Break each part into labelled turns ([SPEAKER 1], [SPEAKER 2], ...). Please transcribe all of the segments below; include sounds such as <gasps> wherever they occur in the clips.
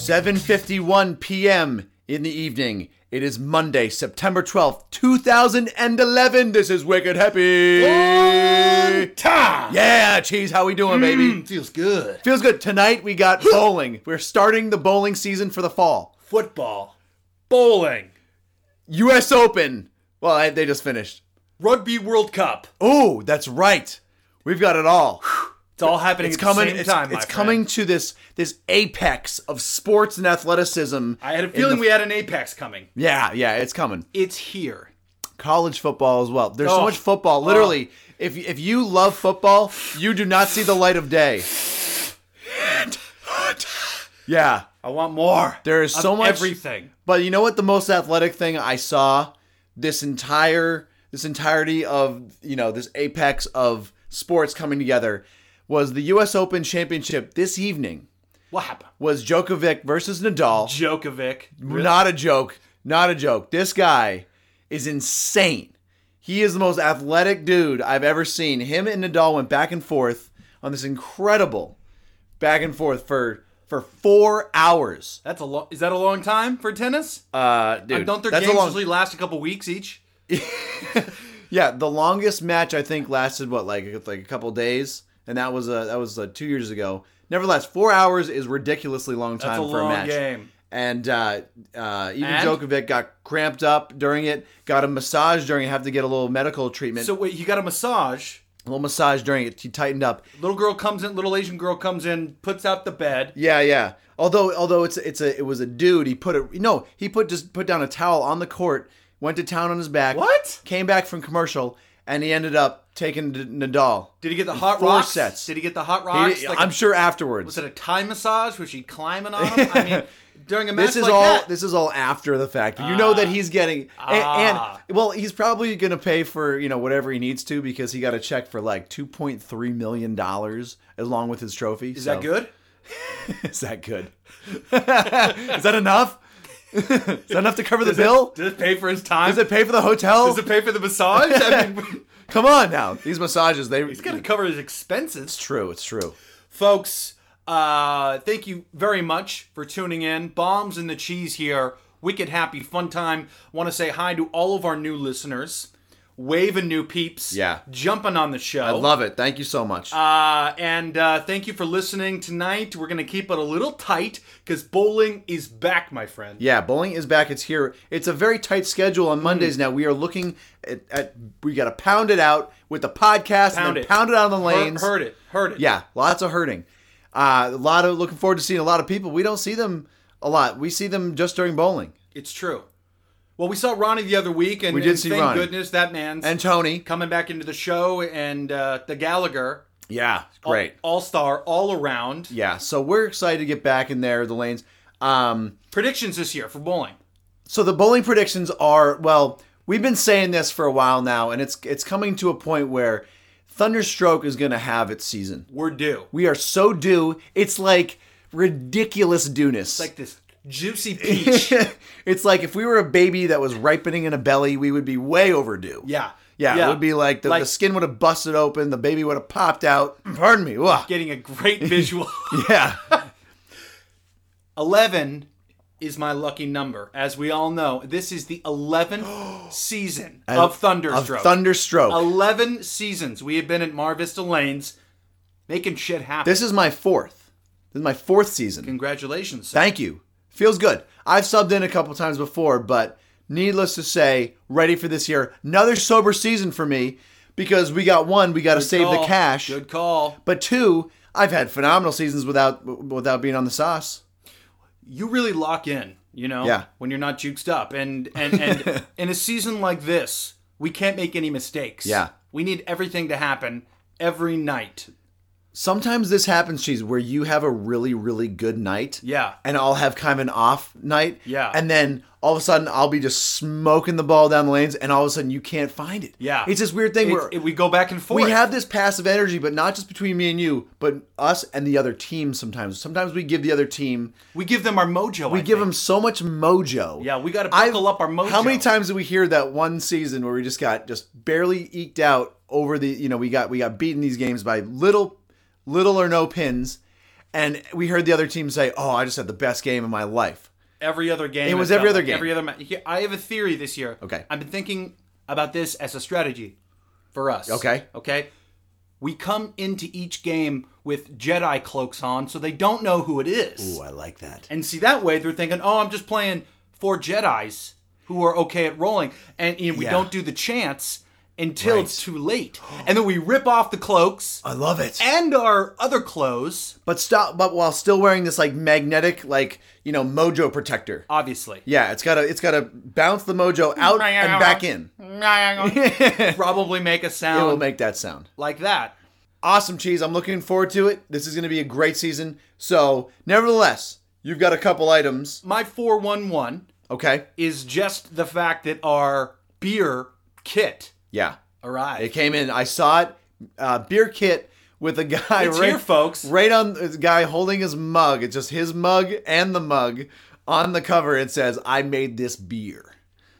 [SPEAKER 1] 7:51 p.m. in the evening. It is Monday, September 12th, 2011. This is Wicked Happy.
[SPEAKER 2] Time.
[SPEAKER 1] Yeah, cheese, how we doing, baby?
[SPEAKER 2] Feels good.
[SPEAKER 1] Feels good. Tonight we got <laughs> bowling. We're starting the bowling season for the fall.
[SPEAKER 2] Football, bowling,
[SPEAKER 1] US Open. Well, I, they just finished.
[SPEAKER 2] Rugby World Cup.
[SPEAKER 1] Oh, that's right. We've got it
[SPEAKER 2] <sighs>
[SPEAKER 1] all.
[SPEAKER 2] It's all happening
[SPEAKER 1] It's
[SPEAKER 2] at
[SPEAKER 1] coming.
[SPEAKER 2] the same
[SPEAKER 1] It's,
[SPEAKER 2] time. my
[SPEAKER 1] it's
[SPEAKER 2] friend.
[SPEAKER 1] coming to this this apex of sports and athleticism.
[SPEAKER 2] I had a
[SPEAKER 1] in
[SPEAKER 2] feeling
[SPEAKER 1] the-
[SPEAKER 2] we had an apex coming.
[SPEAKER 1] Yeah, yeah, it's coming.
[SPEAKER 2] It's here.
[SPEAKER 1] college football as well. There's so
[SPEAKER 2] Oh.
[SPEAKER 1] much football. Literally, if if you love football, you do not see the light of
[SPEAKER 2] <sighs>
[SPEAKER 1] day. Yeah,
[SPEAKER 2] I want more.
[SPEAKER 1] there is
[SPEAKER 2] Of
[SPEAKER 1] so much
[SPEAKER 2] Everything.
[SPEAKER 1] But you know what? The most athletic thing I saw this entire this entirety of you know this apex of sports coming together was the U.S. Open Championship this evening.
[SPEAKER 2] What happened?
[SPEAKER 1] Was Djokovic versus Nadal?
[SPEAKER 2] Djokovic.
[SPEAKER 1] Not a joke. Not a joke. This guy is insane. He is the most athletic dude I've ever seen. Him and Nadal went back and forth on this incredible back and forth for for four hours.
[SPEAKER 2] That's a long. Is that a long time for tennis?
[SPEAKER 1] Uh, dude,
[SPEAKER 2] Don't their
[SPEAKER 1] that's a
[SPEAKER 2] games
[SPEAKER 1] long-
[SPEAKER 2] usually last a couple weeks each?
[SPEAKER 1] yeah, the longest match I think lasted what like like a couple days, and that was uh, that was uh, two years ago. Nevertheless, four hours is ridiculously long time
[SPEAKER 2] That's a
[SPEAKER 1] for
[SPEAKER 2] long
[SPEAKER 1] a match.
[SPEAKER 2] game.
[SPEAKER 1] And uh, uh, even
[SPEAKER 2] And?
[SPEAKER 1] Djokovic got cramped up during it, got a massage during it, have to get a little medical treatment.
[SPEAKER 2] So wait, you got a massage.
[SPEAKER 1] a little massage during it, he tightened up.
[SPEAKER 2] Little girl comes in. Little Asian girl comes in. Puts out the bed.
[SPEAKER 1] Yeah, yeah. Although although it's it's a it was a dude, he put a no, he put just put down a towel on the court, went to town on his back.
[SPEAKER 2] What?
[SPEAKER 1] Came back from commercial and he ended up taking D- Nadal.
[SPEAKER 2] Did he get the hot
[SPEAKER 1] Four
[SPEAKER 2] rocks?
[SPEAKER 1] sets.
[SPEAKER 2] Did he get the hot
[SPEAKER 1] He-
[SPEAKER 2] rocks? Like a-
[SPEAKER 1] I'm sure afterwards.
[SPEAKER 2] Was it a Thai massage? Was she climbing on him?
[SPEAKER 1] <laughs>
[SPEAKER 2] I mean, during a match
[SPEAKER 1] This is
[SPEAKER 2] like
[SPEAKER 1] all.
[SPEAKER 2] that,
[SPEAKER 1] This is all after the fact. You know that he's getting and,
[SPEAKER 2] Ah.
[SPEAKER 1] and well, he's probably going to pay for you know whatever he needs to because he got a check for like two point three million dollars along with his trophy.
[SPEAKER 2] is that good?
[SPEAKER 1] <laughs> Is that good? <laughs> is that enough? <laughs> is that enough to cover the bill?
[SPEAKER 2] Does it pay for his time?
[SPEAKER 1] Does it pay for the hotel?
[SPEAKER 2] Does it pay for the massage?
[SPEAKER 1] <laughs>
[SPEAKER 2] I mean,
[SPEAKER 1] Come on now. These massages. They.
[SPEAKER 2] he's got to cover his expenses,
[SPEAKER 1] It's true. It's true.
[SPEAKER 2] folks. Uh, thank you very much for tuning in. Bombs and the cheese here. Wicked happy fun time. Want to say hi to all of our new listeners, waving new peeps.
[SPEAKER 1] Yeah.
[SPEAKER 2] jumping on the show.
[SPEAKER 1] I love it. Thank you so much.
[SPEAKER 2] Uh, and uh, thank you for listening tonight. We're gonna keep it a little tight because bowling is back, my friend.
[SPEAKER 1] Yeah, bowling is back. It's here. It's a very tight schedule
[SPEAKER 2] Hmm.
[SPEAKER 1] on Mondays now. We are looking at, at we got to pound it out with the podcast and
[SPEAKER 2] Pound
[SPEAKER 1] then
[SPEAKER 2] it.
[SPEAKER 1] pound it out on the
[SPEAKER 2] Heard-
[SPEAKER 1] lanes.
[SPEAKER 2] Heard, it. Heard it.
[SPEAKER 1] Yeah, lots of hurting. Uh, a lot of looking forward to seeing a lot of people. We don't see them a lot. We see them just during bowling.
[SPEAKER 2] It's true. Well, we saw Ronnie the other week, and,
[SPEAKER 1] We did
[SPEAKER 2] and
[SPEAKER 1] see
[SPEAKER 2] thank
[SPEAKER 1] Ronnie.
[SPEAKER 2] goodness that man's
[SPEAKER 1] And Tony.
[SPEAKER 2] coming back into the show, and uh, the Gallagher,
[SPEAKER 1] Yeah,
[SPEAKER 2] Oh.
[SPEAKER 1] great.
[SPEAKER 2] all star, all around.
[SPEAKER 1] Yeah, so we're excited to get back in there the lanes. Um,
[SPEAKER 2] Predictions this year for bowling.
[SPEAKER 1] so the bowling predictions are well, we've been saying this for a while now, and it's it's coming to a point where Thunderstroke is going to have its season.
[SPEAKER 2] We're due.
[SPEAKER 1] We are so due. It's like ridiculous dueness.
[SPEAKER 2] Like this
[SPEAKER 1] <laughs>
[SPEAKER 2] juicy peach.
[SPEAKER 1] it's like if we were a baby that was ripening in a belly, we would be way overdue.
[SPEAKER 2] yeah.
[SPEAKER 1] Yeah, it would be like the, the
[SPEAKER 2] Like-
[SPEAKER 1] skin would have busted open, the baby would have popped out. <clears throat> Pardon me. Ugh.
[SPEAKER 2] Getting a great visual.
[SPEAKER 1] <laughs> Yeah.
[SPEAKER 2] 11 is my lucky number. As we all know, this is the
[SPEAKER 1] <gasps>
[SPEAKER 2] 11th season <laughs> of
[SPEAKER 1] Of
[SPEAKER 2] Thunderstroke.
[SPEAKER 1] thunderstroke.
[SPEAKER 2] 11 seasons we have been at Mar Vista Lanes making shit happen.
[SPEAKER 1] this is my fourth. This is my fourth season.
[SPEAKER 2] Congratulations. sir.
[SPEAKER 1] Thank you. Feels good. I've subbed in a couple times before, but needless to say, ready for this year. Another sober season for me because we got one, we got to save the
[SPEAKER 2] Call.
[SPEAKER 1] cash.
[SPEAKER 2] Good call.
[SPEAKER 1] But two, I've had phenomenal seasons without without being on the sauce.
[SPEAKER 2] You really lock in, you know,
[SPEAKER 1] Yeah.
[SPEAKER 2] when you're not juked up. And
[SPEAKER 1] <laughs>
[SPEAKER 2] and and in a season like this, we can't make any mistakes.
[SPEAKER 1] Yeah.
[SPEAKER 2] We need everything to happen every night.
[SPEAKER 1] Sometimes this happens, cheese, where you have a really really good night.
[SPEAKER 2] Yeah.
[SPEAKER 1] And I'll have kind of an off night.
[SPEAKER 2] Yeah.
[SPEAKER 1] And then all of a sudden I'll be just smoking the ball down the lanes, and all of a sudden you can't find it.
[SPEAKER 2] Yeah.
[SPEAKER 1] It's this weird thing
[SPEAKER 2] It's-
[SPEAKER 1] where
[SPEAKER 2] it- we go back and forth.
[SPEAKER 1] we have this passive energy, but not just between me and you, but us and the other team. Sometimes, sometimes we give the other team
[SPEAKER 2] we give them our mojo.
[SPEAKER 1] We give them so much mojo.
[SPEAKER 2] Yeah, we gotta
[SPEAKER 1] I-
[SPEAKER 2] buckle up our mojo.
[SPEAKER 1] How many times did we hear that one season where we just got just barely eked out over the you know we got we got beaten these games by little little or no pins, And we heard the other team say, "Oh, I just had the best game of my life."
[SPEAKER 2] Every other game.
[SPEAKER 1] It was
[SPEAKER 2] felt
[SPEAKER 1] every other
[SPEAKER 2] like
[SPEAKER 1] game.
[SPEAKER 2] Every other. Ma- Here- I have a theory this year.
[SPEAKER 1] Okay.
[SPEAKER 2] I've been thinking about this as a strategy for us.
[SPEAKER 1] Okay.
[SPEAKER 2] Okay. We come into each game with Jedi cloaks on, so they don't know who it is.
[SPEAKER 1] Oh, I like that.
[SPEAKER 2] And see, that way they're thinking, oh, I'm just playing four Jedi's who are okay at rolling. And, you know, we
[SPEAKER 1] Yeah.
[SPEAKER 2] don't do the chance until it's too late. And then we rip off the cloaks
[SPEAKER 1] I love it.
[SPEAKER 2] and our other clothes,
[SPEAKER 1] But stop. But while still wearing this like magnetic, like you know, mojo protector.
[SPEAKER 2] obviously.
[SPEAKER 1] Yeah, it's gotta it's gotta bounce the mojo out and back in.
[SPEAKER 2] Probably make a
[SPEAKER 1] It will
[SPEAKER 2] sound
[SPEAKER 1] make that sound.
[SPEAKER 2] like that.
[SPEAKER 1] Awesome cheese. I'm looking forward to it. This is gonna be a great season. So, nevertheless, you've got a couple items.
[SPEAKER 2] My 411
[SPEAKER 1] Okay.
[SPEAKER 2] is just the fact that our beer kit
[SPEAKER 1] Yeah. It
[SPEAKER 2] arrived.
[SPEAKER 1] came in. I saw it. Uh, beer kit with a guy
[SPEAKER 2] It's
[SPEAKER 1] right
[SPEAKER 2] here, folks.
[SPEAKER 1] right on the guy holding his mug. It's just his mug and the mug on the cover. It says, "I made this beer."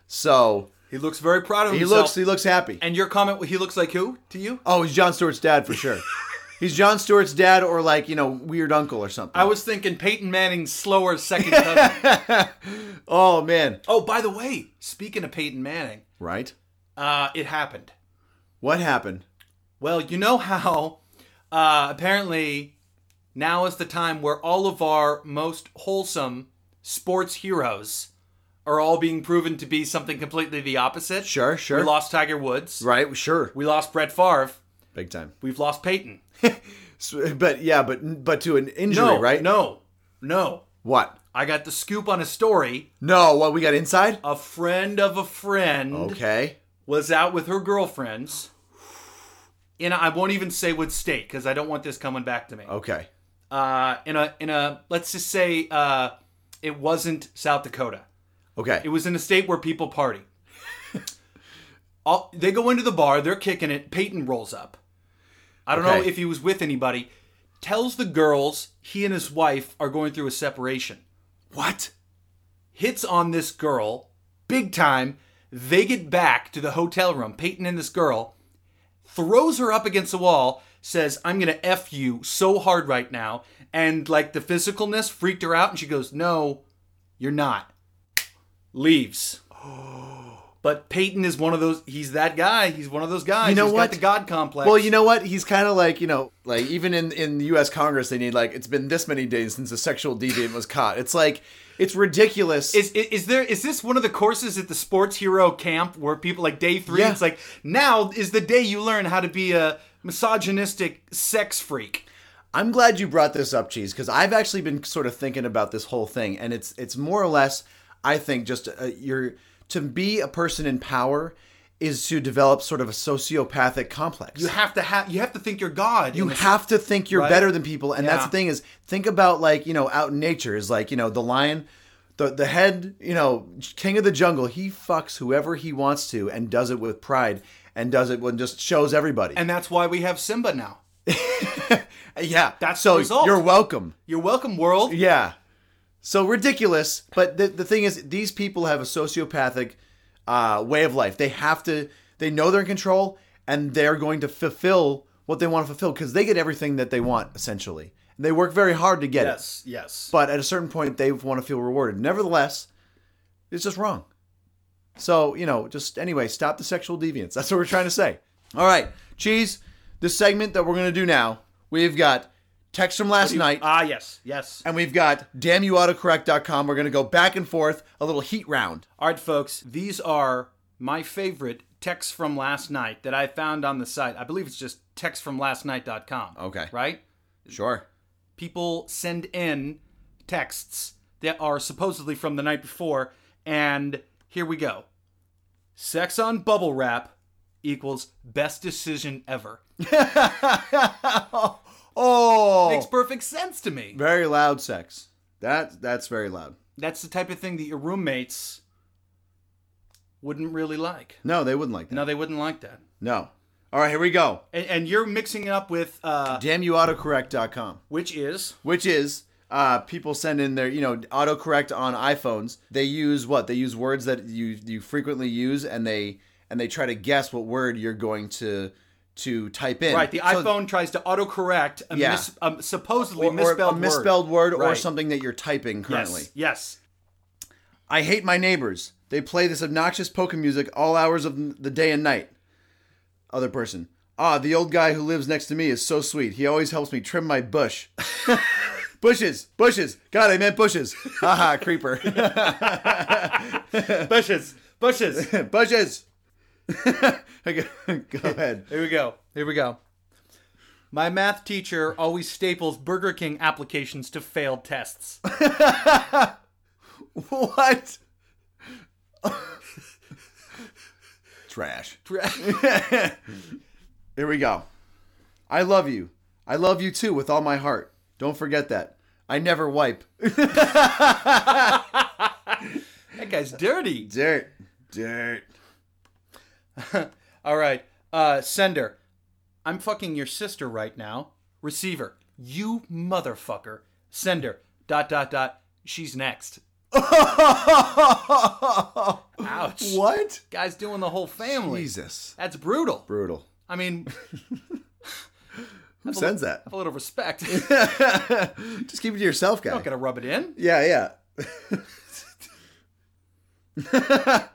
[SPEAKER 1] So
[SPEAKER 2] He looks very proud of
[SPEAKER 1] he
[SPEAKER 2] himself.
[SPEAKER 1] looks he looks happy.
[SPEAKER 2] and your comment, he looks like who to you?
[SPEAKER 1] Oh, he's John Stewart's dad for
[SPEAKER 2] <laughs>
[SPEAKER 1] sure. he's John Stewart's dad, or like you know, weird uncle or something.
[SPEAKER 2] I was thinking Peyton Manning's slower
[SPEAKER 1] <laughs>
[SPEAKER 2] second cousin.
[SPEAKER 1] oh man,
[SPEAKER 2] Oh, by the way, speaking of Peyton Manning,
[SPEAKER 1] right?
[SPEAKER 2] uh, it happened.
[SPEAKER 1] What happened?
[SPEAKER 2] Well, you know how uh, apparently now is the time where all of our most wholesome sports heroes are all being proven to be something completely the opposite.
[SPEAKER 1] Sure, sure.
[SPEAKER 2] We lost Tiger Woods.
[SPEAKER 1] Right, sure,
[SPEAKER 2] We lost Brett Favre.
[SPEAKER 1] big time.
[SPEAKER 2] We've lost Peyton.
[SPEAKER 1] So- but yeah, but but to an injury,
[SPEAKER 2] No,
[SPEAKER 1] right?
[SPEAKER 2] No, no.
[SPEAKER 1] What?
[SPEAKER 2] I got the scoop on a story.
[SPEAKER 1] No, what we got inside?
[SPEAKER 2] A friend of a friend.
[SPEAKER 1] Okay.
[SPEAKER 2] was out with her girlfriends in a, I won't even say what state because I don't want this coming back to me.
[SPEAKER 1] Okay.
[SPEAKER 2] Uh, in a in a let's just say uh, it wasn't South Dakota.
[SPEAKER 1] Okay.
[SPEAKER 2] It was in a state where people party. <laughs> All, they go into the bar, they're kicking it. Peyton rolls up. I don't know
[SPEAKER 1] Okay.
[SPEAKER 2] if he was with anybody. Tells the girls he and his wife are going through a separation
[SPEAKER 1] What?
[SPEAKER 2] hits on this girl big time. They get back to the hotel room. Peyton and this girl throws her up against the wall, says, I'm going to F you so hard right now. And like the physicalness freaked her out. And she goes, No, you're not.
[SPEAKER 1] <gasps>
[SPEAKER 2] Leaves. But Peyton is one of those, he's that guy. He's one of those guys.
[SPEAKER 1] You know
[SPEAKER 2] He's
[SPEAKER 1] what?
[SPEAKER 2] got the God complex.
[SPEAKER 1] Well, you know what? He's kind of like you know, like even in in the U.S. Congress, they need like it's been this many days since a sexual deviant was caught. It's like it's ridiculous.
[SPEAKER 2] Is, is, is there is this one of the courses at the sports hero camp where people like day three?
[SPEAKER 1] Yeah.
[SPEAKER 2] It's like now is the day you learn how to be a misogynistic sex freak.
[SPEAKER 1] I'm glad you brought this up, Cheese, because I've actually been sort of thinking about this whole thing, and it's it's more or less, I think, just uh you're to be a person in power is to develop sort of a sociopathic complex.
[SPEAKER 2] You have to have you have to think you're God.
[SPEAKER 1] You
[SPEAKER 2] And it's-
[SPEAKER 1] have to think you're
[SPEAKER 2] Right?
[SPEAKER 1] better than people, and that's
[SPEAKER 2] Yeah.
[SPEAKER 1] the thing is think about like you know out in nature is like you know the lion, the the head you know king of the jungle he fucks whoever he wants to and does it with pride and does it when just shows everybody. Uh,
[SPEAKER 2] and that's why we have Simba now.
[SPEAKER 1] yeah,
[SPEAKER 2] that's
[SPEAKER 1] so
[SPEAKER 2] the result.
[SPEAKER 1] you're welcome.
[SPEAKER 2] You're welcome, world.
[SPEAKER 1] Yeah. So ridiculous. But the, the thing is, these people have a sociopathic uh, way of life. They have to, they know they're in control and they're going to fulfill what they want to fulfill because they get everything that they want, essentially. And they work very hard to get it.
[SPEAKER 2] yes.
[SPEAKER 1] But at a certain point, they want to feel rewarded. Nevertheless, it's just wrong. So, you know, just anyway, stop the sexual deviance. That's what we're trying to say. All right, Cheese, this segment that we're going to do now, we've got text from last night
[SPEAKER 2] Ah, yes, yes.
[SPEAKER 1] and we've got damnyouautocorrect.com. We're going to go back and forth, a little heat round.
[SPEAKER 2] All right, folks. These are my favorite texts from last night that I found on the site. I believe it's just textfromlastnight.com.
[SPEAKER 1] Okay.
[SPEAKER 2] Right.
[SPEAKER 1] Sure.
[SPEAKER 2] people send in texts that are supposedly from the night before, and here we go. Sex on bubble wrap equals best decision ever. Makes
[SPEAKER 1] <laughs> oh,
[SPEAKER 2] perfect sense to me.
[SPEAKER 1] very loud sex. That that's very loud.
[SPEAKER 2] That's the type of thing that your roommates wouldn't really like.
[SPEAKER 1] No, they wouldn't like that.
[SPEAKER 2] No, they wouldn't like that.
[SPEAKER 1] No. All right, here we go.
[SPEAKER 2] And, and you're mixing it up with, uh,
[SPEAKER 1] Damnyouautocorrect.com,
[SPEAKER 2] which is
[SPEAKER 1] which is uh, people send in their, you know, autocorrect on iPhones. They use what? They use words that you you frequently use, and they and they try to guess what word you're going to to type in.
[SPEAKER 2] Right, the
[SPEAKER 1] So-
[SPEAKER 2] iPhone tries to autocorrect a,
[SPEAKER 1] Yeah.
[SPEAKER 2] mis- a supposedly
[SPEAKER 1] or, or
[SPEAKER 2] misspelled
[SPEAKER 1] a misspelled word, or
[SPEAKER 2] Right.
[SPEAKER 1] something that you're typing
[SPEAKER 2] Yes,
[SPEAKER 1] currently. <laughs>
[SPEAKER 2] Yes.
[SPEAKER 1] I hate my neighbors. They play this obnoxious polka music all hours of the day and night. Other person. Ah, the old guy who lives next to me is so sweet. He always helps me trim my bush. <laughs> bushes, bushes. God, I meant
[SPEAKER 2] <laughs>
[SPEAKER 1] bushes. Haha, creeper.
[SPEAKER 2] Bushes. Bushes.
[SPEAKER 1] bushes. <laughs> Okay, Go ahead.
[SPEAKER 2] Here we go. Here we go. My math teacher always staples Burger King applications to failed tests.
[SPEAKER 1] What? Trash. <laughs> Here we go. I love you. I love you too with all my heart. Don't forget that. I never wipe.
[SPEAKER 2] that guy's dirty.
[SPEAKER 1] Dirt. Dirt.
[SPEAKER 2] All right. Uh, sender, I'm fucking your sister right now. Receiver, you motherfucker. Sender, dot, dot, dot. She's next. Ouch.
[SPEAKER 1] what?
[SPEAKER 2] Guy's doing the whole family.
[SPEAKER 1] Jesus.
[SPEAKER 2] That's brutal.
[SPEAKER 1] Brutal.
[SPEAKER 2] I mean,
[SPEAKER 1] Who sends that? <laughs>
[SPEAKER 2] have a little respect.
[SPEAKER 1] Just keep it to yourself, guy.
[SPEAKER 2] not gonna rub it in.
[SPEAKER 1] Yeah, yeah. <laughs>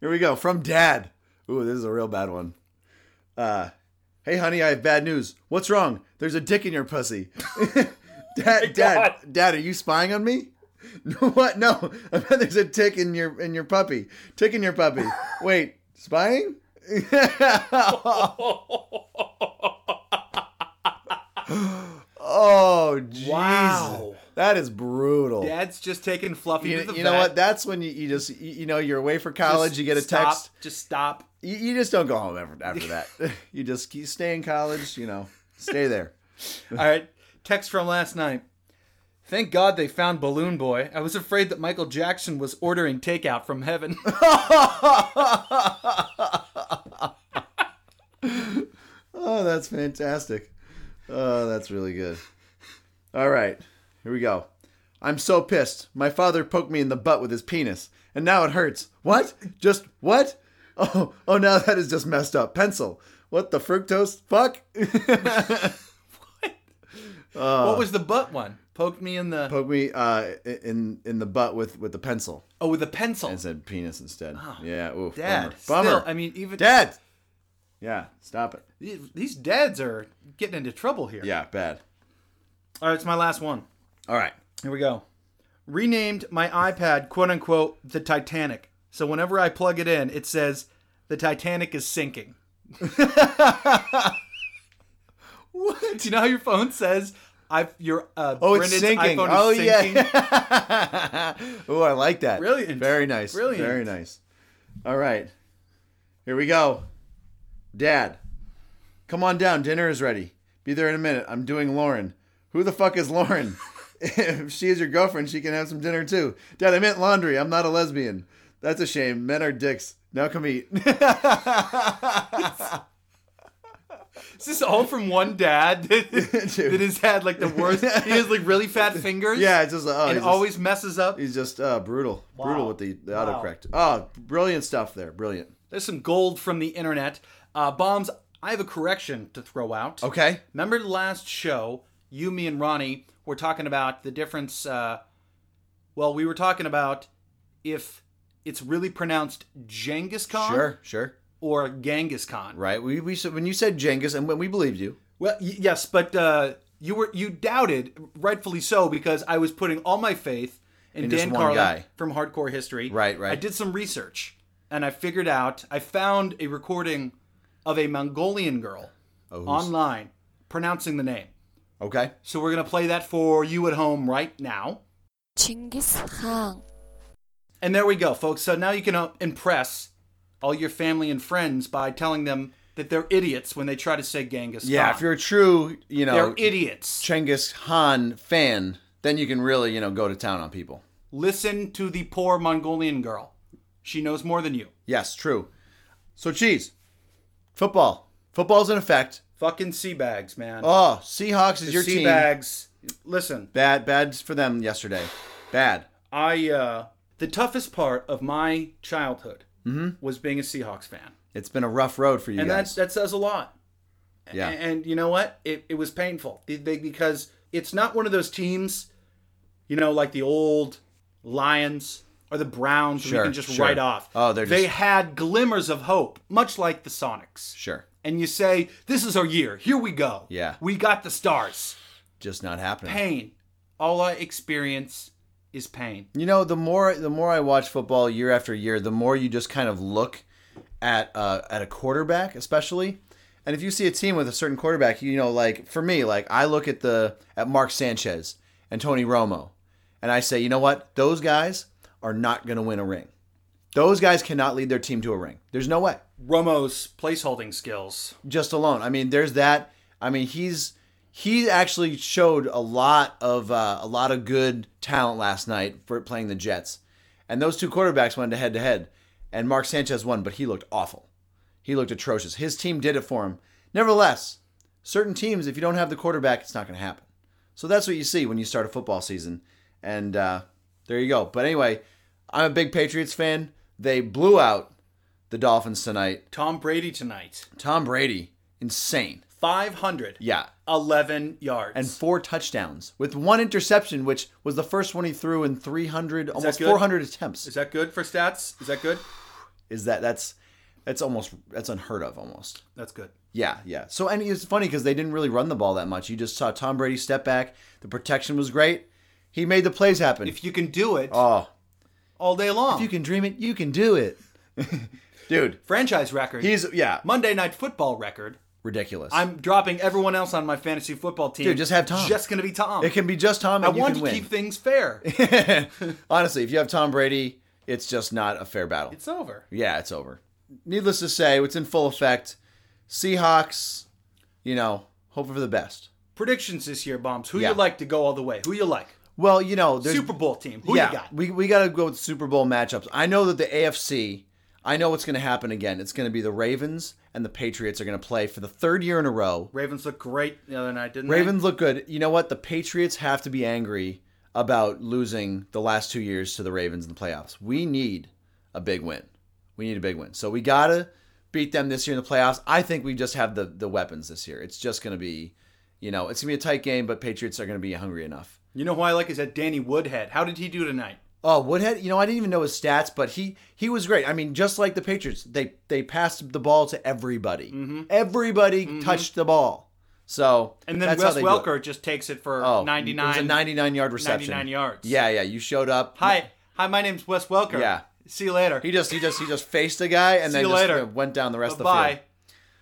[SPEAKER 1] Here we go. From dad. Ooh, this is a real bad one. Uh, hey, honey, I have bad news. What's wrong? There's a dick in your pussy. <laughs> dad, dad, dad, are you spying on me? <laughs> No, what? No, I bet there's a tick in your in your puppy. Tick in your puppy. Wait, spying? <laughs> oh, jeez.
[SPEAKER 2] Wow.
[SPEAKER 1] That is brutal.
[SPEAKER 2] Dad's just taking Fluffy
[SPEAKER 1] You,
[SPEAKER 2] to the
[SPEAKER 1] you know what?
[SPEAKER 2] vet.
[SPEAKER 1] That's when you, you just you, you know you're away for college.
[SPEAKER 2] Just
[SPEAKER 1] you get a
[SPEAKER 2] stop.
[SPEAKER 1] text.
[SPEAKER 2] Just stop.
[SPEAKER 1] You, you just don't go home ever after
[SPEAKER 2] <laughs>
[SPEAKER 1] that. <laughs> you just keep, stay in college. You know, stay there.
[SPEAKER 2] All right. Text from last night. Thank God they found Balloon Boy. I was afraid that Michael Jackson was ordering takeout from heaven. <laughs>
[SPEAKER 1] Uh, Oh, that's fantastic. Oh, that's really good. All right, here we go. I'm so pissed. My father poked me in the butt with his penis, and now it hurts. What? Just what? <laughs> Oh, oh, now that is just messed up. Pencil. What the fructose? Fuck.
[SPEAKER 2] what was the butt one? Poked me in the
[SPEAKER 1] Poked me uh, in in the butt with with the pencil.
[SPEAKER 2] oh with a pencil.
[SPEAKER 1] and said penis instead. yeah, oof,
[SPEAKER 2] Oh, Dad,
[SPEAKER 1] bummer.
[SPEAKER 2] still,
[SPEAKER 1] bummer.
[SPEAKER 2] I mean, even
[SPEAKER 1] Dad. Yeah, stop it.
[SPEAKER 2] these these dads are getting into trouble here.
[SPEAKER 1] Yeah, bad.
[SPEAKER 2] All right, it's my last one.
[SPEAKER 1] All right.
[SPEAKER 2] Here we go. Renamed my iPad, quote unquote, the Titanic. So whenever I plug it in, it says the Titanic is sinking. <laughs> what? Do you know how your phone says I've your uh,
[SPEAKER 1] Oh, it's
[SPEAKER 2] Brendan's
[SPEAKER 1] sinking.
[SPEAKER 2] iPhone is
[SPEAKER 1] Oh <laughs>
[SPEAKER 2] sinking?
[SPEAKER 1] yeah. oh, I like that.
[SPEAKER 2] Brilliant.
[SPEAKER 1] Very nice.
[SPEAKER 2] Brilliant.
[SPEAKER 1] Very nice. All right. Here we go. Dad, come on down. Dinner is ready. Be there in a minute. I'm doing Lauren. Who the fuck is Lauren?
[SPEAKER 2] <laughs>
[SPEAKER 1] if she is your girlfriend, she can have some dinner too. Dad, I meant laundry. I'm not a lesbian. That's a shame. Men are dicks. Now come eat. <laughs>
[SPEAKER 2] Is this all from one dad <laughs> that, that has had like the worst? He has like really fat
[SPEAKER 1] <laughs>
[SPEAKER 2] fingers.
[SPEAKER 1] yeah, it's just like, oh,
[SPEAKER 2] and
[SPEAKER 1] he's just-
[SPEAKER 2] always messes up.
[SPEAKER 1] He's just uh, brutal, brutal with the, the
[SPEAKER 2] Wow.
[SPEAKER 1] autocorrect. Oh, brilliant stuff there, brilliant.
[SPEAKER 2] There's some gold from the internet. Uh, bombs. I have a correction to throw out.
[SPEAKER 1] Okay.
[SPEAKER 2] Remember the last show, you, me, and Ronnie were talking about the difference. Uh, well, we were talking about if it's really pronounced Genghis Khan
[SPEAKER 1] Sure, sure.
[SPEAKER 2] or Genghis Khan.
[SPEAKER 1] Right. We, we said- when you said Genghis, and when we believed you.
[SPEAKER 2] Well, y- yes, but uh, you were you doubted, rightfully so, because I was putting all my faith in,
[SPEAKER 1] In just
[SPEAKER 2] Dan
[SPEAKER 1] one
[SPEAKER 2] Carlin
[SPEAKER 1] guy.
[SPEAKER 2] from Hardcore History.
[SPEAKER 1] Right, right.
[SPEAKER 2] I did some research and I figured out I found a recording of a Mongolian girl online pronouncing the name.
[SPEAKER 1] Oh, Okay.
[SPEAKER 2] So we're gonna play that for you at home right now.
[SPEAKER 3] Chinggis Khan.
[SPEAKER 2] And there we go, folks. So now you can uh, impress all your family and friends by telling them that they're idiots when they try to say Genghis.
[SPEAKER 1] Yeah.
[SPEAKER 2] Khan.
[SPEAKER 1] If you're a true, you
[SPEAKER 2] they're
[SPEAKER 1] know,
[SPEAKER 2] idiots.
[SPEAKER 1] Genghis Khan fan, then you can really, you know, go to town on people.
[SPEAKER 2] Listen to the poor Mongolian girl. She knows more than you.
[SPEAKER 1] Yes, true. So cheese, football. Football's in effect.
[SPEAKER 2] Fucking sea bags, man.
[SPEAKER 1] Oh, Seahawks is your
[SPEAKER 2] sea
[SPEAKER 1] team.
[SPEAKER 2] bags. Listen,
[SPEAKER 1] Bad, bad for them yesterday. Bad.
[SPEAKER 2] I uh the toughest part of my Mm-hmm. childhood was being a Seahawks fan.
[SPEAKER 1] It's been a rough road for you
[SPEAKER 2] And
[SPEAKER 1] guys.
[SPEAKER 2] that that says a lot.
[SPEAKER 1] Yeah.
[SPEAKER 2] A- And you know what? It, it was painful They- they- because it's not one of those teams, you know, like the old Lions or the Browns we
[SPEAKER 1] Sure,
[SPEAKER 2] can just
[SPEAKER 1] sure.
[SPEAKER 2] write off.
[SPEAKER 1] Oh, they're
[SPEAKER 2] they
[SPEAKER 1] just-
[SPEAKER 2] had glimmers of hope, much like the Sonics.
[SPEAKER 1] Sure.
[SPEAKER 2] And you say, "This is our year. Here we go.
[SPEAKER 1] Yeah.
[SPEAKER 2] we got the stars."
[SPEAKER 1] Just not happening.
[SPEAKER 2] Pain. All I experience is pain.
[SPEAKER 1] You know, the more the more I watch football year after year, the more you just kind of look at uh, at a quarterback, especially. And if you see a team with a certain quarterback, you know, like for me, like I look at the at Mark Sanchez and Tony Romo, and I say, you know what, those guys are not going to win a ring. Those guys cannot lead their team to a ring. There's no way
[SPEAKER 2] Romo's placeholding skills.
[SPEAKER 1] just alone. I mean, there's that. I mean, he's he actually showed a lot of uh, a lot of good talent last night for playing the Jets, and those two quarterbacks went head to head, and Mark Sanchez won, but he looked awful. He looked atrocious. His team did it for him. Nevertheless, certain teams, if you don't have the quarterback, it's not going to happen. So that's what you see when you start a football season, and uh, there you go. But anyway, I'm a big Patriots fan. They blew out the Dolphins tonight.
[SPEAKER 2] Tom Brady tonight,
[SPEAKER 1] Tom Brady, insane.
[SPEAKER 2] 511
[SPEAKER 1] Yeah.
[SPEAKER 2] yards.
[SPEAKER 1] And four touchdowns with one interception, which was the first one he threw in 300, almost
[SPEAKER 2] good?
[SPEAKER 1] 400 attempts.
[SPEAKER 2] Is
[SPEAKER 1] Is,
[SPEAKER 2] that good for stats? Is that good?
[SPEAKER 1] that, that's, that's almost, that's unheard of almost.
[SPEAKER 2] That's good.
[SPEAKER 1] Yeah, yeah. So, and it's funny because they didn't really run the ball that much. You just saw Tom Brady step back. The protection was great. He made the plays happen.
[SPEAKER 2] If you can do it
[SPEAKER 1] oh,
[SPEAKER 2] all day long,
[SPEAKER 1] if you can dream it, you can do it. <laughs> Dude,
[SPEAKER 2] franchise record,
[SPEAKER 1] he's, yeah,
[SPEAKER 2] Monday Night Football record.
[SPEAKER 1] ridiculous.
[SPEAKER 2] I'm dropping everyone else on my fantasy football team.
[SPEAKER 1] Dude, just have Tom.
[SPEAKER 2] Just gonna be Tom.
[SPEAKER 1] it can be just Tom
[SPEAKER 2] I
[SPEAKER 1] and you
[SPEAKER 2] want
[SPEAKER 1] can
[SPEAKER 2] to
[SPEAKER 1] win.
[SPEAKER 2] keep
[SPEAKER 1] <laughs>
[SPEAKER 2] things fair.
[SPEAKER 1] Honestly, if you have Tom Brady, it's just not a fair battle.
[SPEAKER 2] it's over.
[SPEAKER 1] yeah, it's over. Needless to say, it's in full effect. Seahawks, you know, hoping for the best.
[SPEAKER 2] Predictions this year, bombs. Who
[SPEAKER 1] Yeah.
[SPEAKER 2] you like to go all the way? Who you like?
[SPEAKER 1] Well, you know, there's
[SPEAKER 2] Super Bowl team. Who
[SPEAKER 1] yeah,
[SPEAKER 2] you got?
[SPEAKER 1] we we got to go with Super Bowl matchups. I know that the AFC. I know what's going to happen again. It's going to be the Ravens and the Patriots are going to play for the third year in a row.
[SPEAKER 2] Ravens looked great the other night, didn't
[SPEAKER 1] Ravens look good. You know what? The Patriots have to be angry about losing the last two years to the Ravens in the playoffs. We need a big win. We need a big win. So we gotta beat them this year in the playoffs. I think we just have the the weapons this year. It's just gonna be, you know, it's gonna be a tight game, but Patriots are gonna be hungry enough.
[SPEAKER 2] they? You know who I like is that Danny Woodhead. How did he do tonight?
[SPEAKER 1] Oh, Woodhead, you know, I didn't even know his stats, but he he was great. I mean, just like the Patriots, they they passed the ball to everybody. Everybody touched the ball. So
[SPEAKER 2] Mm-hmm. And then
[SPEAKER 1] that's how
[SPEAKER 2] Wes
[SPEAKER 1] they do it.
[SPEAKER 2] Welker just takes it for
[SPEAKER 1] Oh,
[SPEAKER 2] 99.
[SPEAKER 1] It was a 99 yard reception.
[SPEAKER 2] 99 yards.
[SPEAKER 1] Yeah, yeah. You showed up.
[SPEAKER 2] Hi, hi. My name's Wes Welker.
[SPEAKER 1] Yeah.
[SPEAKER 2] See you later.
[SPEAKER 1] He just he just he just faced a guy and
[SPEAKER 2] See
[SPEAKER 1] then
[SPEAKER 2] you
[SPEAKER 1] just
[SPEAKER 2] later.
[SPEAKER 1] uh, went down the rest of the
[SPEAKER 2] Bye.
[SPEAKER 1] field.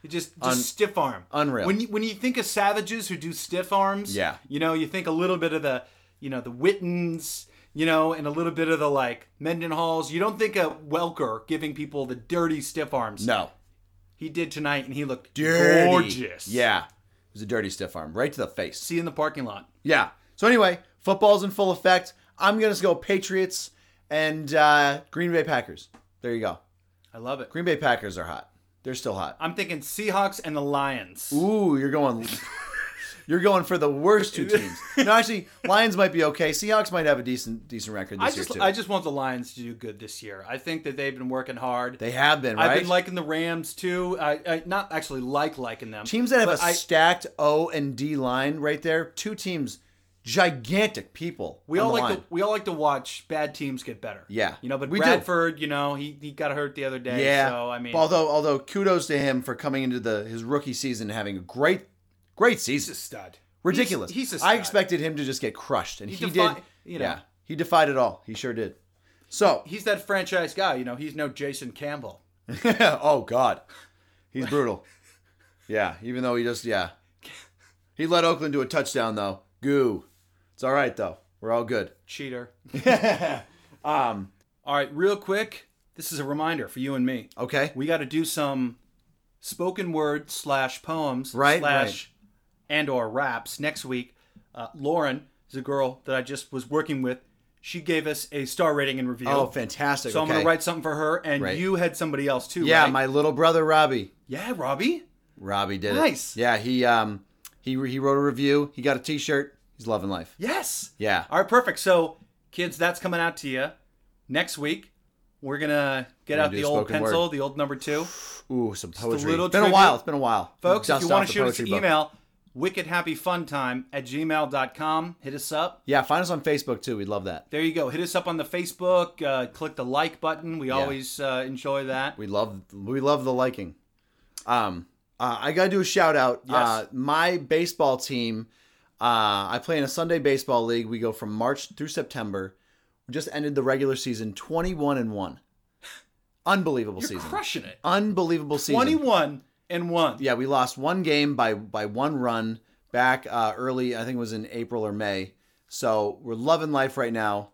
[SPEAKER 2] You just just
[SPEAKER 1] Un-
[SPEAKER 2] stiff arm.
[SPEAKER 1] unreal.
[SPEAKER 2] When you, when you think of savages who do stiff arms,
[SPEAKER 1] Yeah.
[SPEAKER 2] you know you think a little bit of the you know the Wittens, you know, and a little bit of the like Mendenhalls. You don't think of Welker giving people the dirty stiff arms.
[SPEAKER 1] No.
[SPEAKER 2] he did tonight, and he looked
[SPEAKER 1] Dirty.
[SPEAKER 2] gorgeous.
[SPEAKER 1] Yeah. It was a dirty stiff arm right to the face.
[SPEAKER 2] see you in the parking lot.
[SPEAKER 1] Yeah. So anyway, football's in full effect. I'm gonna go Patriots and uh, Green Bay Packers. There you go.
[SPEAKER 2] I love it.
[SPEAKER 1] Green Bay Packers are hot. They're still hot.
[SPEAKER 2] I'm thinking Seahawks and the Lions.
[SPEAKER 1] Ooh, you're going. <laughs> You're going for the worst two teams. No, actually, Lions might be okay. Seahawks might have a decent decent record this
[SPEAKER 2] I
[SPEAKER 1] year
[SPEAKER 2] just
[SPEAKER 1] too.
[SPEAKER 2] I just want the Lions to do good this year. I think that they've been working hard.
[SPEAKER 1] they have been. Right?
[SPEAKER 2] I've been liking the Rams too. I, I not actually like liking them.
[SPEAKER 1] Teams that have
[SPEAKER 2] but
[SPEAKER 1] a
[SPEAKER 2] I-
[SPEAKER 1] stacked O and D line right there. Two teams, gigantic people.
[SPEAKER 2] we
[SPEAKER 1] on
[SPEAKER 2] all
[SPEAKER 1] the
[SPEAKER 2] like
[SPEAKER 1] line.
[SPEAKER 2] to we all like to watch bad teams get better.
[SPEAKER 1] Yeah.
[SPEAKER 2] you know, but
[SPEAKER 1] We do.
[SPEAKER 2] Bradford, you know, he he got hurt the other day.
[SPEAKER 1] yeah.
[SPEAKER 2] so I mean,
[SPEAKER 1] although although kudos to him for coming into the his rookie season and having a great great
[SPEAKER 2] he's
[SPEAKER 1] season.
[SPEAKER 2] a stud.
[SPEAKER 1] Ridiculous.
[SPEAKER 2] He's, he's a stud.
[SPEAKER 1] I expected him to just get crushed, and he,
[SPEAKER 2] defi-
[SPEAKER 1] did.
[SPEAKER 2] you know.
[SPEAKER 1] Yeah, he defied it all. He sure did. So,
[SPEAKER 2] he's that franchise guy. You know, he's no Jason Campbell.
[SPEAKER 1] <laughs> oh god, he's brutal. yeah, even though he just yeah, he led Oakland to a touchdown though. Goo, it's all right though. We're all good.
[SPEAKER 2] Cheater.
[SPEAKER 1] Um,
[SPEAKER 2] All right, real quick. This is a reminder for you and me.
[SPEAKER 1] okay.
[SPEAKER 2] We got to do some spoken word slash poems
[SPEAKER 1] Right,
[SPEAKER 2] slash and or raps next week. Uh, Lauren is a girl that I just was working with. She gave us a star rating and review.
[SPEAKER 1] Oh, fantastic!
[SPEAKER 2] So I'm gonna
[SPEAKER 1] Okay.
[SPEAKER 2] write something for her, and
[SPEAKER 1] Right.
[SPEAKER 2] you had somebody else too.
[SPEAKER 1] Yeah,
[SPEAKER 2] right?
[SPEAKER 1] my little brother Robbie.
[SPEAKER 2] yeah, Robbie.
[SPEAKER 1] Robbie did it.
[SPEAKER 2] Nice.
[SPEAKER 1] Yeah, he um he he wrote a review. He got a T-shirt. He's loving life.
[SPEAKER 2] Yes.
[SPEAKER 1] Yeah.
[SPEAKER 2] All right, perfect. So, kids, that's coming out to you next week. We're gonna get out
[SPEAKER 1] do
[SPEAKER 2] the
[SPEAKER 1] the
[SPEAKER 2] old
[SPEAKER 1] spoken
[SPEAKER 2] pencil,
[SPEAKER 1] word.
[SPEAKER 2] the old number two,
[SPEAKER 1] Ooh, some poetry.
[SPEAKER 2] little
[SPEAKER 1] it's been a
[SPEAKER 2] tribute.
[SPEAKER 1] while. It's been a while.
[SPEAKER 2] folks.
[SPEAKER 1] Dust
[SPEAKER 2] if you
[SPEAKER 1] off
[SPEAKER 2] want
[SPEAKER 1] the
[SPEAKER 2] to shoot us
[SPEAKER 1] poetry
[SPEAKER 2] an
[SPEAKER 1] book.
[SPEAKER 2] email, wickedhappyfuntime at gmail.com. Hit us up.
[SPEAKER 1] Yeah, find us on Facebook too. We'd love that.
[SPEAKER 2] There you go. Hit us up on the Facebook. Uh, click the like button. We always uh, enjoy that.
[SPEAKER 1] We love we love the liking. Um, uh, I gotta do a shout out. Uh, my baseball team. Uh, I play in a Sunday baseball league. We go from March through September. We just ended the regular season twenty one and one. Unbelievable
[SPEAKER 2] You're
[SPEAKER 1] season.
[SPEAKER 2] crushing it.
[SPEAKER 1] Unbelievable season.
[SPEAKER 2] Twenty-one and one.
[SPEAKER 1] yeah, we lost one game by by one run back uh, early. I think it was in April or May. So we're loving life right now.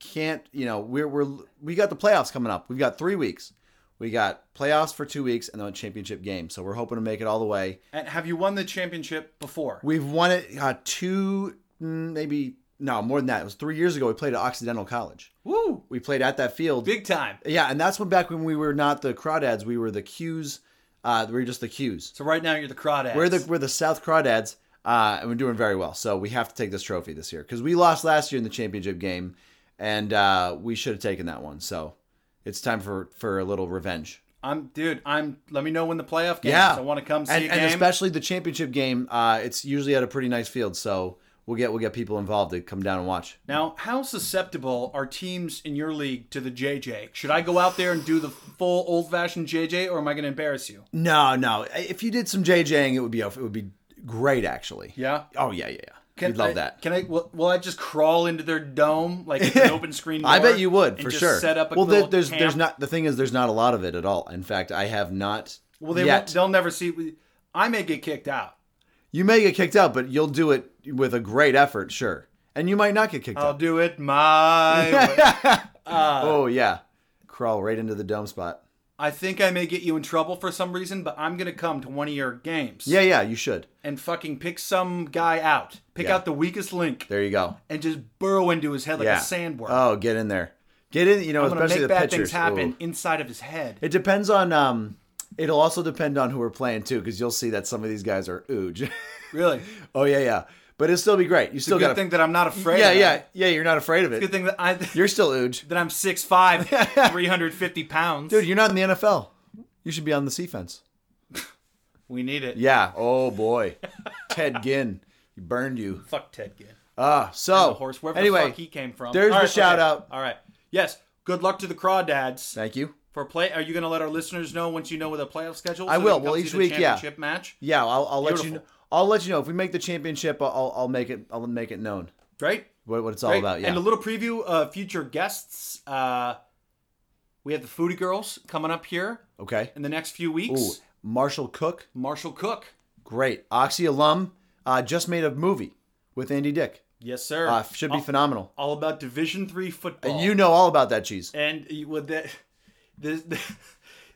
[SPEAKER 1] Can't you know we're we're we got the playoffs coming up. We've got three weeks. We got playoffs for two weeks and then a championship game. So we're hoping to make it all the way.
[SPEAKER 2] And have you won the championship before?
[SPEAKER 1] We've won it uh, two mm, maybe no more than that. It was three years ago. We played at Occidental College.
[SPEAKER 2] Woo!
[SPEAKER 1] We played at that field.
[SPEAKER 2] Big time.
[SPEAKER 1] yeah, and that's when back when we were not the Crawdads, we were the Qs. Uh, we were just the Qs.
[SPEAKER 2] So right now you're the crawdads.
[SPEAKER 1] We're the we're the South Crawdads, uh, and we're doing very well. So we have to take this trophy this year because we lost last year in the championship game, and uh, we should have taken that one. So it's time for for a little revenge.
[SPEAKER 2] I'm dude. I'm. Let me know when the playoff game.
[SPEAKER 1] Yeah,
[SPEAKER 2] is. I want to come see
[SPEAKER 1] and,
[SPEAKER 2] a game.
[SPEAKER 1] and especially the championship game. Uh, it's usually at a pretty nice field, so we'll get we'll get people involved to come down and watch.
[SPEAKER 2] now, how susceptible are teams in your league to the JJ? Should I go out there and do the full old fashioned JJ, or am I going to embarrass you?
[SPEAKER 1] No, no. If you did some JJing, it would be it would be great actually.
[SPEAKER 2] Yeah.
[SPEAKER 1] Oh yeah, yeah, yeah.
[SPEAKER 2] Can
[SPEAKER 1] We'd love
[SPEAKER 2] I-
[SPEAKER 1] that.
[SPEAKER 2] Can I? Will, will I just crawl into their dome like it's
[SPEAKER 1] <laughs>
[SPEAKER 2] an open screen?
[SPEAKER 1] I
[SPEAKER 2] door,
[SPEAKER 1] bet you would
[SPEAKER 2] and
[SPEAKER 1] for
[SPEAKER 2] just
[SPEAKER 1] sure.
[SPEAKER 2] Set up a
[SPEAKER 1] well, there-
[SPEAKER 2] little
[SPEAKER 1] there's there's
[SPEAKER 2] camp?
[SPEAKER 1] not the thing is there's not a lot of it at all. In fact, I have not.
[SPEAKER 2] Well, they
[SPEAKER 1] yet.
[SPEAKER 2] won't, they'll never see. I may get kicked out.
[SPEAKER 1] You may get kicked out, but you'll do it with a great effort, sure. And you might not get kicked
[SPEAKER 2] I'll
[SPEAKER 1] out.
[SPEAKER 2] do
[SPEAKER 1] <laughs>
[SPEAKER 2] it my way.
[SPEAKER 1] oh yeah, crawl right into the dome spot.
[SPEAKER 2] I think I may get you in trouble for some reason, but I'm gonna come to one of your games.
[SPEAKER 1] Yeah, yeah, you should.
[SPEAKER 2] And fucking pick some guy out. Pick
[SPEAKER 1] Yeah.
[SPEAKER 2] out the weakest link
[SPEAKER 1] There you go.
[SPEAKER 2] and just burrow into his head like
[SPEAKER 1] yeah.
[SPEAKER 2] a sandworm.
[SPEAKER 1] Oh, get in there. Get in. You know,
[SPEAKER 2] I'm gonna
[SPEAKER 1] especially the
[SPEAKER 2] make bad
[SPEAKER 1] pitchers.
[SPEAKER 2] things happen
[SPEAKER 1] Ooh.
[SPEAKER 2] inside of his head.
[SPEAKER 1] It depends on. um It'll also depend on who we're playing too, because you'll see that some of these guys are ooge. <laughs>
[SPEAKER 2] Really.
[SPEAKER 1] oh yeah, yeah. But it'll still be great. You still
[SPEAKER 2] Good
[SPEAKER 1] got
[SPEAKER 2] thing that I'm not afraid.
[SPEAKER 1] Yeah,
[SPEAKER 2] of
[SPEAKER 1] yeah,
[SPEAKER 2] that.
[SPEAKER 1] yeah. You're not afraid of
[SPEAKER 2] Good
[SPEAKER 1] it.
[SPEAKER 2] thing that I <laughs>
[SPEAKER 1] You're still ooge,
[SPEAKER 2] that
[SPEAKER 1] <laughs>
[SPEAKER 2] I'm 6'5", 350 pounds.
[SPEAKER 1] dude. You're not in the NFL. You should be on the C fence.
[SPEAKER 2] We need it.
[SPEAKER 1] Yeah. Oh boy, <laughs> Ted Ginn, he burned you.
[SPEAKER 2] Fuck Ted Ginn.
[SPEAKER 1] Ah, so
[SPEAKER 2] The horse, wherever
[SPEAKER 1] anyway,
[SPEAKER 2] the fuck he came from.
[SPEAKER 1] there's
[SPEAKER 2] All
[SPEAKER 1] the shout
[SPEAKER 2] okay.
[SPEAKER 1] out.
[SPEAKER 2] All right. Yes. Good luck to the Crawdads.
[SPEAKER 1] Thank you.
[SPEAKER 2] For play, are you going to let our listeners know once you know the playoff schedule?
[SPEAKER 1] I
[SPEAKER 2] they
[SPEAKER 1] will.
[SPEAKER 2] can come
[SPEAKER 1] Well,
[SPEAKER 2] see
[SPEAKER 1] each
[SPEAKER 2] the
[SPEAKER 1] week, yeah.
[SPEAKER 2] championship match,
[SPEAKER 1] Yeah, I'll, I'll let you.
[SPEAKER 2] Beautiful.
[SPEAKER 1] Know, I'll let you know if we make the championship. I'll- I'll I'll make it. I'll make it known
[SPEAKER 2] right?
[SPEAKER 1] what, what it's all
[SPEAKER 2] Right.
[SPEAKER 1] about. Yeah.
[SPEAKER 2] And a little preview of future guests. Uh, we have the Foodie Girls coming up here
[SPEAKER 1] okay.
[SPEAKER 2] in the next few weeks.
[SPEAKER 1] Ooh, Marshall Cook,
[SPEAKER 2] Marshall Cook,
[SPEAKER 1] great Oxy alum, uh, just made a movie with Andy Dick.
[SPEAKER 2] yes sir,
[SPEAKER 1] Uh, should be phenomenal.
[SPEAKER 2] all about Division Three football.
[SPEAKER 1] And you know all about that cheese.
[SPEAKER 2] and you- with that, this, <laughs>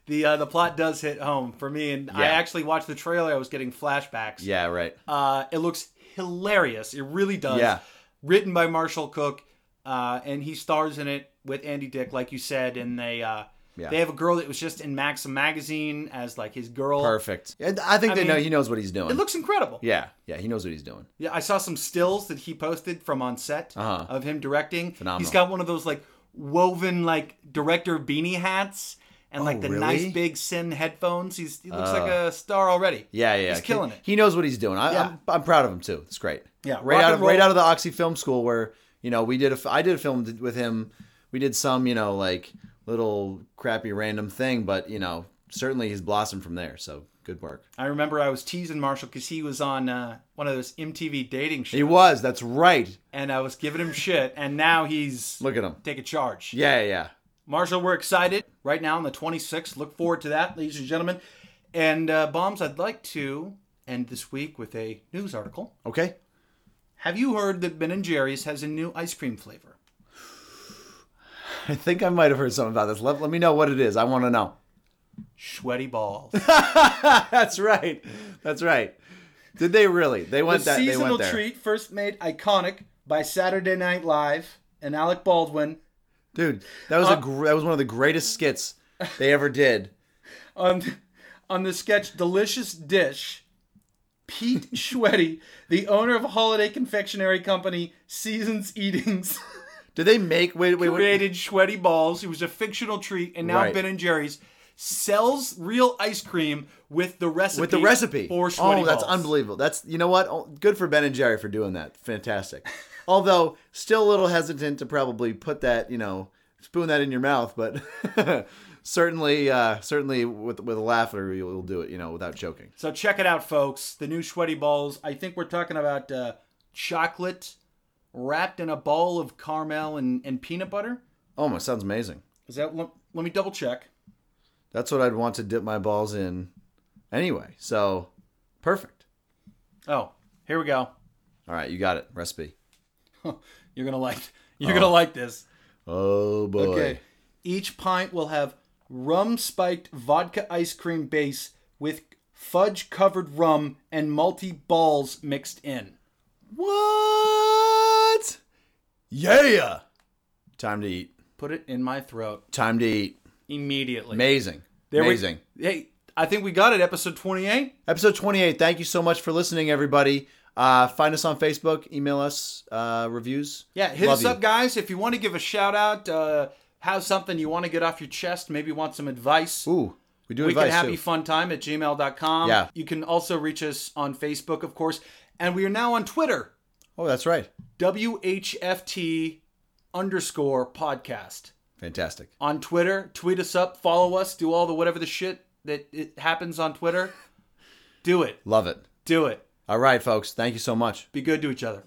[SPEAKER 2] the uh, the plot does hit home for me. And I
[SPEAKER 1] Yeah.
[SPEAKER 2] actually watched the trailer. I was getting flashbacks.
[SPEAKER 1] Yeah, right.
[SPEAKER 2] Uh, it looks hilarious. It really does.
[SPEAKER 1] Yeah.
[SPEAKER 2] Written by Marshall Cook, uh, and he stars in it with Andy Dick, like you said. And they uh,
[SPEAKER 1] Yeah.
[SPEAKER 2] they have a girl that was just in Maxim magazine as like his girl.
[SPEAKER 1] Perfect. And I think they know
[SPEAKER 2] mean,
[SPEAKER 1] he knows what he's doing.
[SPEAKER 2] It looks incredible.
[SPEAKER 1] yeah, yeah, he knows what he's doing.
[SPEAKER 2] Yeah, I saw some stills that he posted from on set
[SPEAKER 1] Uh-huh.
[SPEAKER 2] of him directing.
[SPEAKER 1] Phenomenal.
[SPEAKER 2] He's got one of those like woven like director beanie hats and like the
[SPEAKER 1] Oh, really? Uh,
[SPEAKER 2] nice big sin headphones. He's he looks like a star already.
[SPEAKER 1] Yeah, yeah,
[SPEAKER 2] He's
[SPEAKER 1] He-
[SPEAKER 2] killing it.
[SPEAKER 1] He knows what he's doing. I,
[SPEAKER 2] Yeah.
[SPEAKER 1] I'm, I'm proud of him too. It's great.
[SPEAKER 2] Yeah,
[SPEAKER 1] right
[SPEAKER 2] rock
[SPEAKER 1] out
[SPEAKER 2] and
[SPEAKER 1] of right
[SPEAKER 2] roll.
[SPEAKER 1] out of the Oxy Film School, where you know we did a f- I did a film th- with him. We did some you know like little crappy random thing, but you know certainly he's blossomed from there. So good work.
[SPEAKER 2] I remember I was teasing Marshall because he was on uh, one of those MTV dating shows,
[SPEAKER 1] He was. That's right.
[SPEAKER 2] and I was giving him shit, and now he's
[SPEAKER 1] Look at him.
[SPEAKER 2] taking charge.
[SPEAKER 1] Yeah, yeah, yeah.
[SPEAKER 2] Marshall, we're excited right now on the 26th. Look forward to that, ladies and gentlemen. And uh, bombs, I'd like to end this week with a news article.
[SPEAKER 1] Okay. <laughs>
[SPEAKER 2] Have you heard that Ben and Jerry's has a new ice cream flavor?
[SPEAKER 1] I think I might have heard something about this. Let, let me know what it is. I want to know. <laughs>
[SPEAKER 2] Sweaty balls.
[SPEAKER 1] That's right. That's right. Did they really? They
[SPEAKER 2] the
[SPEAKER 1] went that. They
[SPEAKER 2] seasonal
[SPEAKER 1] went there.
[SPEAKER 2] treat first made iconic by Saturday Night Live and Alec Baldwin
[SPEAKER 1] Dude, that was
[SPEAKER 2] Uh,
[SPEAKER 1] a gr- that was one of the greatest skits they ever did.
[SPEAKER 2] on on the sketch Delicious Dish, <laughs> Pete Schwetty, the owner of Holiday Confectionery Company, seasons eatings.
[SPEAKER 1] Did they make wait wait wait?
[SPEAKER 2] created sweaty balls. It was a fictional treat, and now
[SPEAKER 1] Right.
[SPEAKER 2] Ben and Jerry's sells real ice cream with the recipe.
[SPEAKER 1] with the recipe.
[SPEAKER 2] for sweaty
[SPEAKER 1] oh, that's
[SPEAKER 2] balls.
[SPEAKER 1] unbelievable. That's you know what? Oh, Good for Ben and Jerry for doing that. Fantastic. <laughs> Although still a little hesitant to probably put that, you know, spoon that in your mouth, but <laughs> certainly, uh, certainly with with laughter you'll, you'll do it, you know, without joking.
[SPEAKER 2] So check it out, folks. The new sweaty balls. I think we're talking about uh, chocolate wrapped in a ball of caramel and, and peanut butter.
[SPEAKER 1] Oh my, sounds amazing.
[SPEAKER 2] Is that? Let, let me double check.
[SPEAKER 1] That's what I'd want to dip my balls in, anyway. So perfect.
[SPEAKER 2] Oh, here we go.
[SPEAKER 1] All right, you got it. Recipe.
[SPEAKER 2] You're gonna like. <laughs> You're gonna like this.
[SPEAKER 1] Oh boy.
[SPEAKER 2] Okay. Each pint will have rum spiked vodka ice cream base with fudge covered rum and multi balls mixed in.
[SPEAKER 1] What? Yeah. Time to eat.
[SPEAKER 2] Put it in my throat
[SPEAKER 1] Time to eat.
[SPEAKER 2] immediately.
[SPEAKER 1] Amazing.
[SPEAKER 2] There we-
[SPEAKER 1] Amazing.
[SPEAKER 2] hey, I think we got it. Episode 28.
[SPEAKER 1] Episode 28. Thank you so much for listening, everybody. Uh, find us on Facebook. Email us uh, reviews.
[SPEAKER 2] Yeah, hit
[SPEAKER 1] Love
[SPEAKER 2] us
[SPEAKER 1] you.
[SPEAKER 2] up, guys, if you want to give a shout out, uh, have something you want to get off your chest, maybe want some advice.
[SPEAKER 1] Ooh, we do
[SPEAKER 2] we
[SPEAKER 1] advice
[SPEAKER 2] can happy
[SPEAKER 1] too.
[SPEAKER 2] fun time at gmail.com.
[SPEAKER 1] Yeah.
[SPEAKER 2] You can also reach us on Facebook, of course. And we are now on Twitter.
[SPEAKER 1] oh, that's right.
[SPEAKER 2] WHFT underscore podcast
[SPEAKER 1] Fantastic.
[SPEAKER 2] on Twitter. Tweet us up, follow us, do all the whatever the shit that it happens on Twitter. Do it.
[SPEAKER 1] Love it.
[SPEAKER 2] Do it.
[SPEAKER 1] All right, folks. Thank you so much.
[SPEAKER 2] Be good to each other.